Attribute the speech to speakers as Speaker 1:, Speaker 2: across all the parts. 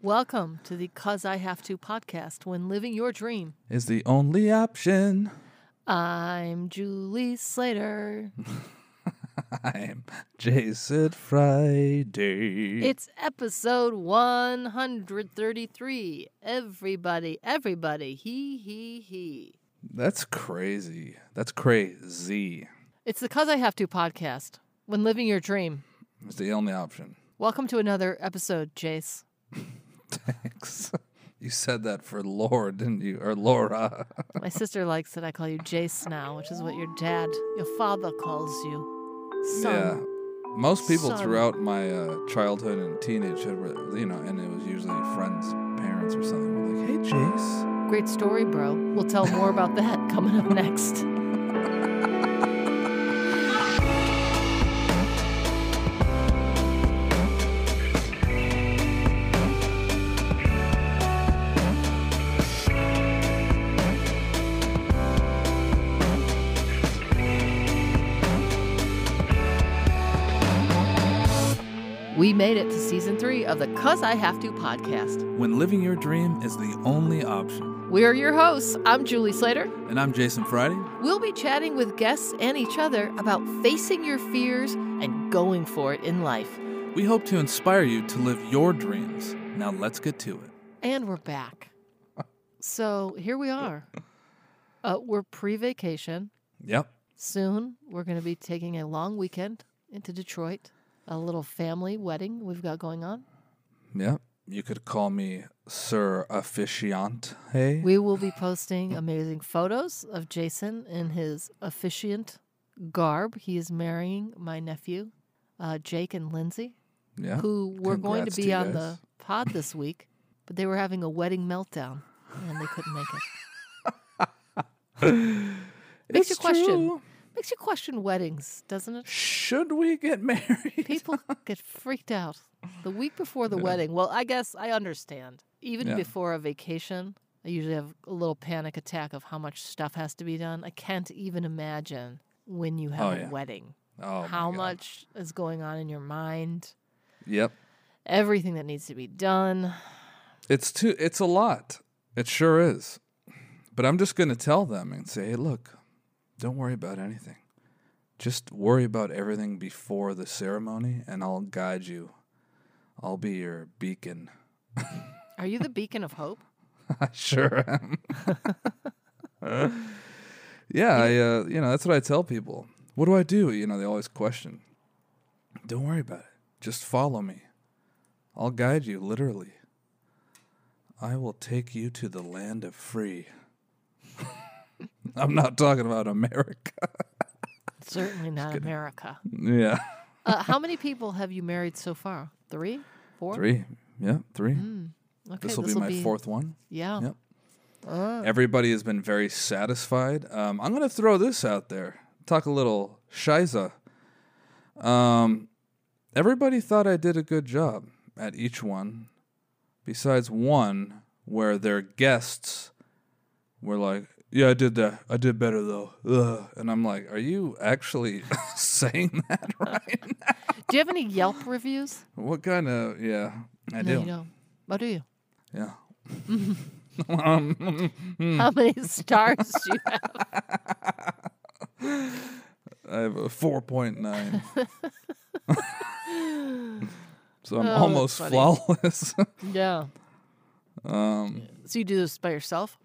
Speaker 1: Welcome to the Cause I Have to podcast when living your dream.
Speaker 2: is the only option.
Speaker 1: I'm Julie Slater.
Speaker 2: I'm Jason Friday.
Speaker 1: It's episode 133. Everybody, everybody, he, he, he.
Speaker 2: That's crazy. That's crazy.
Speaker 1: It's the Cause I Have to podcast when living your dream.
Speaker 2: It's the only option.
Speaker 1: Welcome to another episode, Jace.
Speaker 2: Thanks. You said that for Lord, didn't you? Or Laura.
Speaker 1: My sister likes that I call you Jace now, which is what your dad, your father calls you. Son.
Speaker 2: Yeah. Most people
Speaker 1: Son.
Speaker 2: throughout my uh, childhood and teenagehood were, you know, and it was usually friends, parents, or something. Were like, hey, Jace.
Speaker 1: Great story, bro. We'll tell more about that coming up next. We made it to season three of the Cuz I Have To podcast.
Speaker 2: When living your dream is the only option.
Speaker 1: We are your hosts. I'm Julie Slater.
Speaker 2: And I'm Jason Friday.
Speaker 1: We'll be chatting with guests and each other about facing your fears and going for it in life.
Speaker 2: We hope to inspire you to live your dreams. Now let's get to it.
Speaker 1: And we're back. So here we are. Uh, we're pre vacation.
Speaker 2: Yep.
Speaker 1: Soon we're going to be taking a long weekend into Detroit, a little family wedding we've got going on.
Speaker 2: Yep. You could call me Sir Officiant. Hey.
Speaker 1: We will be posting amazing photos of Jason in his officiant garb. He is marrying my nephew, uh, Jake and Lindsay.
Speaker 2: yeah.
Speaker 1: who were going
Speaker 2: Congrats
Speaker 1: to
Speaker 2: to
Speaker 1: be
Speaker 2: you
Speaker 1: on
Speaker 2: guys.
Speaker 1: the pod this week, but they were having a wedding meltdown and they couldn't make it. Makes you
Speaker 2: It's
Speaker 1: question.
Speaker 2: true.
Speaker 1: Makes you question weddings, doesn't it?
Speaker 2: Should we get married?
Speaker 1: People get freaked out the week before the wedding. Well, I guess I understand. Even
Speaker 2: Yeah.
Speaker 1: before a vacation, I usually have a little panic attack of how much stuff has to be done. I can't even imagine when you have
Speaker 2: Oh,
Speaker 1: a
Speaker 2: yeah.
Speaker 1: wedding.
Speaker 2: Oh, my
Speaker 1: how
Speaker 2: God.
Speaker 1: much is going on in your mind?
Speaker 2: Yep.
Speaker 1: Everything that needs to be done.
Speaker 2: It's too it's a lot. It sure is. But I'm just gonna tell them and say, hey, look, don't worry about anything. Just worry about everything before the ceremony and I'll guide you. I'll be your beacon.
Speaker 1: Are you the beacon of hope?
Speaker 2: I sure am. yeah, I uh, you know that's what I tell people. What do I do? You know they always question. Don't worry about it. Just follow me. I'll guide you. Literally, I will take you to the land of free. I'm not talking about America.
Speaker 1: Certainly not America.
Speaker 2: yeah,
Speaker 1: Uh, how many people have you married so far? Three, four.
Speaker 2: three. Yeah, three.
Speaker 1: Okay,
Speaker 2: this will be my fourth one.
Speaker 1: Yeah.
Speaker 2: Yep. Everybody has been very satisfied. Um, I'm going to throw this out there. Talk a little shiza. Um, everybody thought I did a good job at each one, besides one where their guests were like, "Yeah, I did that. I did better though." Ugh. And I'm like, "Are you actually saying that right?"
Speaker 1: Do you have any Yelp reviews?
Speaker 2: what kind of? Yeah, I
Speaker 1: no,
Speaker 2: do.
Speaker 1: you don't. Oh, do you?
Speaker 2: Yeah. Hmm.
Speaker 1: How many stars do you have?
Speaker 2: I have a 4.9. so I'm almost
Speaker 1: Oh, funny.
Speaker 2: flawless.
Speaker 1: Yeah. Um.
Speaker 2: Um,
Speaker 1: So you do this by yourself?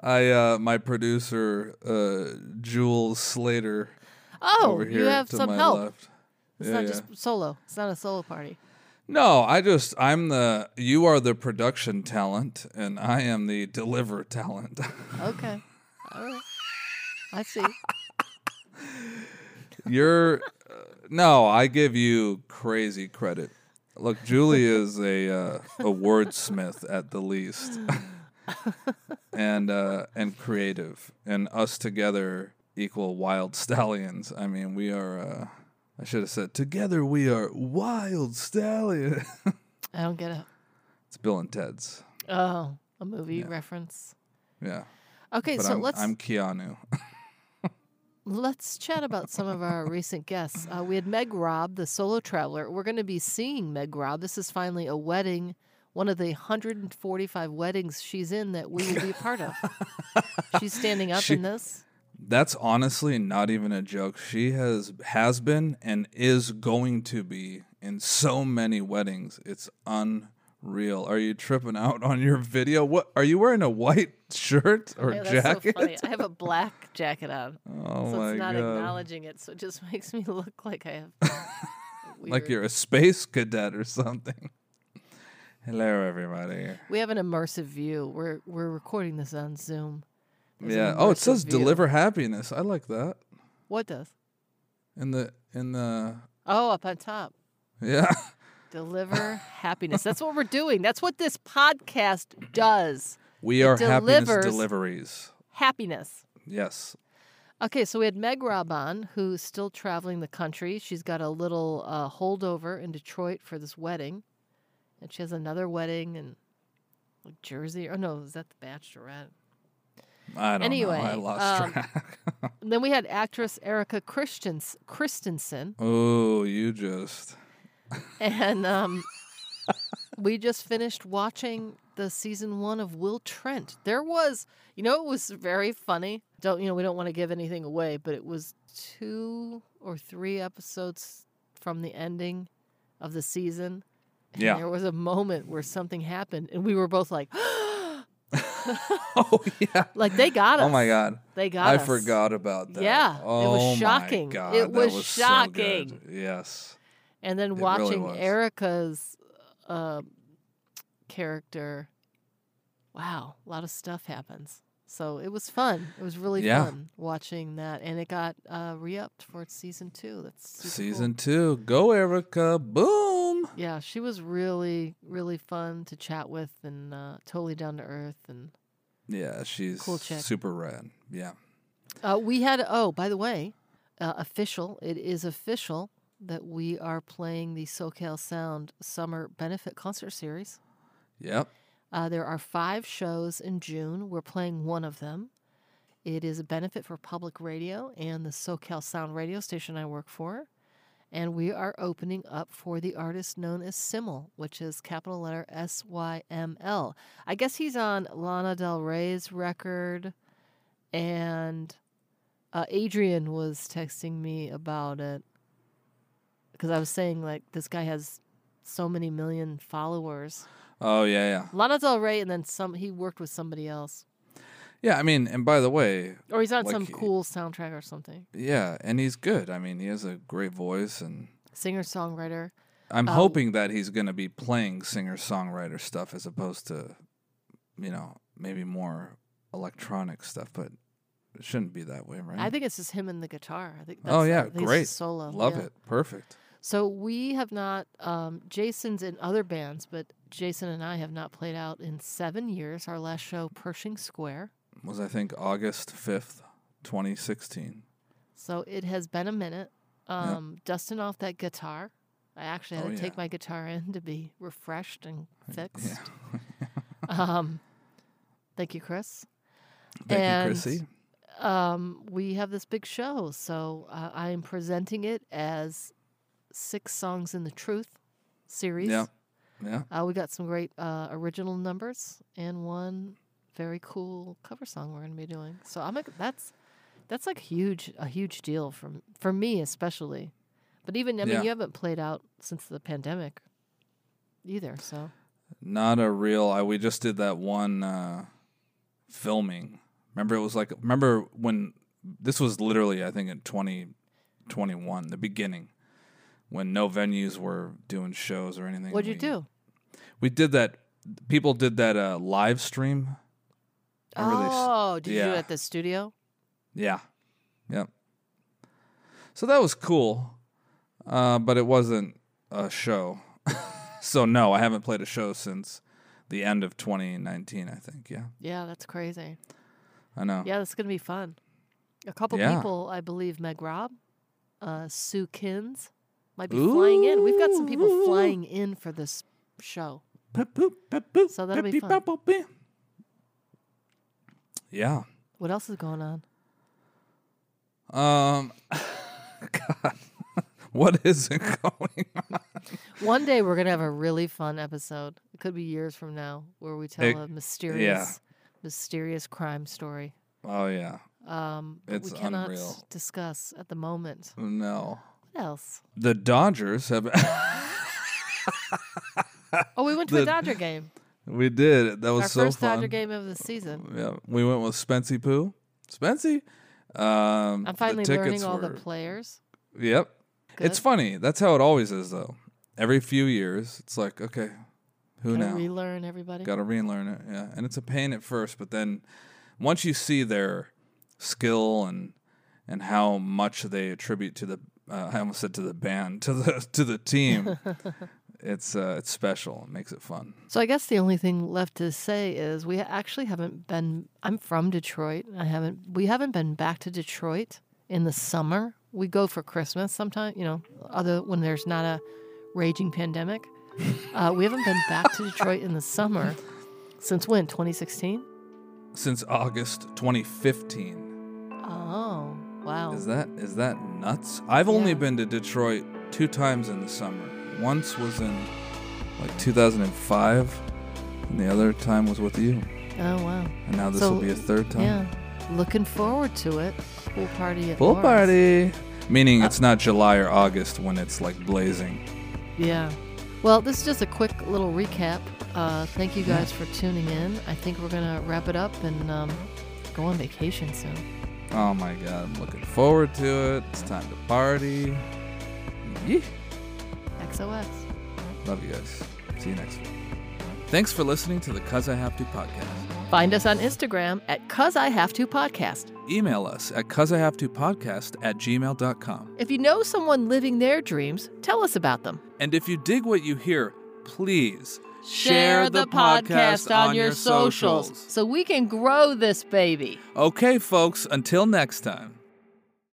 Speaker 2: I uh my producer uh Jules Slater
Speaker 1: Oh,
Speaker 2: over here
Speaker 1: you have
Speaker 2: to
Speaker 1: some
Speaker 2: my
Speaker 1: help.
Speaker 2: left.
Speaker 1: It's
Speaker 2: yeah,
Speaker 1: not
Speaker 2: yeah.
Speaker 1: just solo. It's not a solo party.
Speaker 2: No, I just I'm the you are the production talent and I am the deliver talent.
Speaker 1: Okay. All right. I see.
Speaker 2: You're uh, no, I give you crazy credit. Look, Julie is a uh, a wordsmith at the least, and uh, and creative, and us together equal wild stallions. I mean, we are. Uh, I should have said together we are wild stallion.
Speaker 1: I don't get it.
Speaker 2: it's Bill and Ted's.
Speaker 1: Oh, a movie reference.
Speaker 2: Yeah,
Speaker 1: Okay,
Speaker 2: but
Speaker 1: so
Speaker 2: I'm,
Speaker 1: let's
Speaker 2: I'm Keanu.
Speaker 1: Let's chat about some of our recent guests. Uh, we had Meg Robb, the solo traveler. We're going to be seeing Meg Robb. This is finally a wedding, one of the 145 weddings she's in that we will be a part of. she's standing up
Speaker 2: She-
Speaker 1: in this.
Speaker 2: That's honestly not even a joke. She has has been and is going to be in so many weddings. It's unreal. Are you tripping out on your video? What are you wearing a white shirt or
Speaker 1: Yeah, that's so
Speaker 2: jacket?
Speaker 1: funny. I have a black jacket on,
Speaker 2: Oh
Speaker 1: so
Speaker 2: my
Speaker 1: it's not
Speaker 2: god.
Speaker 1: acknowledging it. So it just makes me look like I have. a
Speaker 2: Like
Speaker 1: weird-
Speaker 2: you're a space cadet or something. Hello everybody.
Speaker 1: We have an immersive view. We're we're recording this on Zoom. There's an
Speaker 2: yeah. Oh, it
Speaker 1: immersive
Speaker 2: says
Speaker 1: view.
Speaker 2: deliver happiness. I like that.
Speaker 1: What does?
Speaker 2: In the in the
Speaker 1: Oh, up on top.
Speaker 2: yeah.
Speaker 1: Deliver happiness. That's what we're doing. That's what this podcast does.
Speaker 2: We
Speaker 1: It
Speaker 2: are
Speaker 1: delivers-
Speaker 2: happiness deliveries.
Speaker 1: Happiness.
Speaker 2: Yes.
Speaker 1: Okay, so we had Meg Raban, who's still traveling the country. She's got a little uh, holdover in Detroit for this wedding, and she has another wedding in like Jersey. Oh no, is that the Bachelorette?
Speaker 2: I don't
Speaker 1: Anyway,
Speaker 2: know. I lost
Speaker 1: um,
Speaker 2: track.
Speaker 1: And then we had actress Erica Christians Christensen,
Speaker 2: Oh, you just.
Speaker 1: and um, we just finished watching the season one of Will Trent. There was, you know, it was very funny. Don't you know? We don't want to give anything away, but it was two or three episodes from the ending of the season. And
Speaker 2: Yeah.
Speaker 1: there was a moment where something happened, and we were both like,
Speaker 2: Oh yeah.
Speaker 1: like they got us.
Speaker 2: Oh my god.
Speaker 1: they got
Speaker 2: I
Speaker 1: us.
Speaker 2: forgot about that.
Speaker 1: Yeah, it was
Speaker 2: Oh, my
Speaker 1: shocking.
Speaker 2: God,
Speaker 1: It
Speaker 2: that
Speaker 1: was
Speaker 2: so good.
Speaker 1: shocking.
Speaker 2: yes.
Speaker 1: And then
Speaker 2: It really
Speaker 1: watching
Speaker 2: was.
Speaker 1: Erica's uh, character, wow, a lot of stuff happens. So it was fun. It was really
Speaker 2: Yeah.
Speaker 1: fun watching that, and it got uh, re-upped for season two. That's super cool.
Speaker 2: Season two. Go Erica. Boom.
Speaker 1: Yeah, she was really, really fun to chat with, and uh, totally down to earth. And
Speaker 2: Yeah, she's
Speaker 1: Cool chick.
Speaker 2: super rad. Yeah.
Speaker 1: uh, we had oh, by the way, uh, official. It is official that we are playing the SoCal Sound Summer Benefit Concert Series.
Speaker 2: Yep.
Speaker 1: Uh, there are five shows in June. We're playing one of them. It is a benefit for public radio and the SoCal Sound radio station I work for. And we are opening up for the artist known as Simmel, which is capital letter S Y M L. I guess he's on Lana Del Rey's record. And uh, Adrian was texting me about it because I was saying, like, this guy has so many million followers.
Speaker 2: Oh yeah, yeah.
Speaker 1: Lana Del Rey, and then some. He worked with somebody else,
Speaker 2: Yeah, I mean, and by the way,
Speaker 1: or he's on some
Speaker 2: Like,
Speaker 1: cool soundtrack or something.
Speaker 2: yeah, and he's good. I mean, he has a great voice and
Speaker 1: Singer songwriter.
Speaker 2: I'm
Speaker 1: Uh,
Speaker 2: hoping that he's going to be playing singer songwriter stuff as opposed to, you know, maybe more electronic stuff, but it shouldn't be that way, right?
Speaker 1: I think it's just him and the guitar. I think. That's
Speaker 2: Oh, yeah,
Speaker 1: I think it's his
Speaker 2: great.
Speaker 1: solo.
Speaker 2: Love
Speaker 1: yeah.
Speaker 2: it. Perfect.
Speaker 1: So we have not. Um, Jason's in other bands, but Jason and I have not played out in seven years. Our last show, Pershing Square.
Speaker 2: Was, I think, August 5th, 2016.
Speaker 1: So it has been a minute.
Speaker 2: Yeah.
Speaker 1: Um, Dusting off that guitar. I actually had
Speaker 2: Oh,
Speaker 1: to
Speaker 2: yeah.
Speaker 1: take my guitar in to be refreshed and fixed.
Speaker 2: Yeah.
Speaker 1: Um, thank you, Chris.
Speaker 2: Thank
Speaker 1: And-
Speaker 2: you, Chrissy.
Speaker 1: um, we have this big show, so uh, I am presenting it as six songs in the truth series.
Speaker 2: Yeah. Yeah.
Speaker 1: Uh, we got some great uh, original numbers and one very cool cover song we're going to be doing. So I'm like, that's that's like huge, a huge deal for m- for me especially. But even I mean,
Speaker 2: Yeah.
Speaker 1: you haven't played out since the pandemic either. So
Speaker 2: Not a real. I we just did that one uh filming. Remember it was like remember when this was literally I think in 2021, the beginning when no venues were doing shows or anything.
Speaker 1: what'd you
Speaker 2: We-
Speaker 1: do?
Speaker 2: We did that people did that uh live stream. Remember they s-
Speaker 1: Oh, did you do it
Speaker 2: yeah.
Speaker 1: at the studio?
Speaker 2: Yeah. Yep. So that was cool. Uh but it wasn't a show. so no, I haven't played a show since the end of 2019, I think. Yeah.
Speaker 1: Yeah, that's crazy.
Speaker 2: I know.
Speaker 1: Yeah, that's gonna be fun. A couple
Speaker 2: Yeah.
Speaker 1: people, I believe, Meg Robb, uh, Sue Kins, might be flying in. We've got some people
Speaker 2: Ooh.
Speaker 1: flying in for this show. So that'll be fun.
Speaker 2: Yeah.
Speaker 1: What else is going on?
Speaker 2: Um, God, what is it going on?
Speaker 1: One day we're gonna have a really fun episode. It could be years from now where we tell
Speaker 2: It-
Speaker 1: a mysterious, mysterious crime story.
Speaker 2: Oh yeah,
Speaker 1: Um, but
Speaker 2: It's
Speaker 1: we cannot
Speaker 2: unreal.
Speaker 1: discuss at the moment.
Speaker 2: no.
Speaker 1: What else?
Speaker 2: The Dodgers have.
Speaker 1: Oh, we went to a
Speaker 2: The-
Speaker 1: Dodger game.
Speaker 2: we did. That was
Speaker 1: Our
Speaker 2: so
Speaker 1: first
Speaker 2: fun.
Speaker 1: Dodger game of the season.
Speaker 2: Yeah, we went with Spency Poo. Spency. Um,
Speaker 1: I'm finally
Speaker 2: the tickets
Speaker 1: learning all the
Speaker 2: were-
Speaker 1: players.
Speaker 2: Yep. It's
Speaker 1: Good.
Speaker 2: funny. That's how it always is, though. Every few years, it's like, okay, who
Speaker 1: Gotta
Speaker 2: now?
Speaker 1: relearn everybody.
Speaker 2: Got to relearn it. Yeah, and it's a pain at first, but then once you see their skill and and how much they attribute to the, uh, I almost said to the band, to the to the team, it's uh, it's special. It makes it fun.
Speaker 1: So I guess the only thing left to say is we actually haven't been. I'm from Detroit. I haven't. We haven't been back to Detroit in the summer. We go for Christmas sometime. You know, other when there's not a raging pandemic. Uh, we haven't been back to Detroit in the summer since when? 2016.
Speaker 2: Since August 2015,
Speaker 1: Oh wow.
Speaker 2: is that is that nuts? I've only
Speaker 1: Yeah.
Speaker 2: been to Detroit two times in the summer. Once was in like 2005, and the other time was with you.
Speaker 1: oh wow.
Speaker 2: And now this
Speaker 1: So,
Speaker 2: will be a third time.
Speaker 1: Yeah. Looking forward to it. Pool party at
Speaker 2: Pool
Speaker 1: Laura's.
Speaker 2: party. Meaning
Speaker 1: Uh,
Speaker 2: it's not July or August when it's like blazing.
Speaker 1: Yeah. Well, this is just a quick little recap. Uh, thank you guys for tuning in. I think we're going to wrap it up and um, go on vacation soon.
Speaker 2: Oh my god, I'm looking forward to it. It's time to party. Yee.
Speaker 1: XOX.
Speaker 2: Love you guys. See you next week. Thanks for listening to the Cuz I Have To podcast.
Speaker 1: Find us on Instagram at Cuz I Have To Podcast.
Speaker 2: Email us at cuz I have to podcast at gmail.com.
Speaker 1: If you know someone living their dreams, tell us about them.
Speaker 2: And if you dig what you hear, please
Speaker 1: so we can grow this baby.
Speaker 2: Okay, folks, until next time.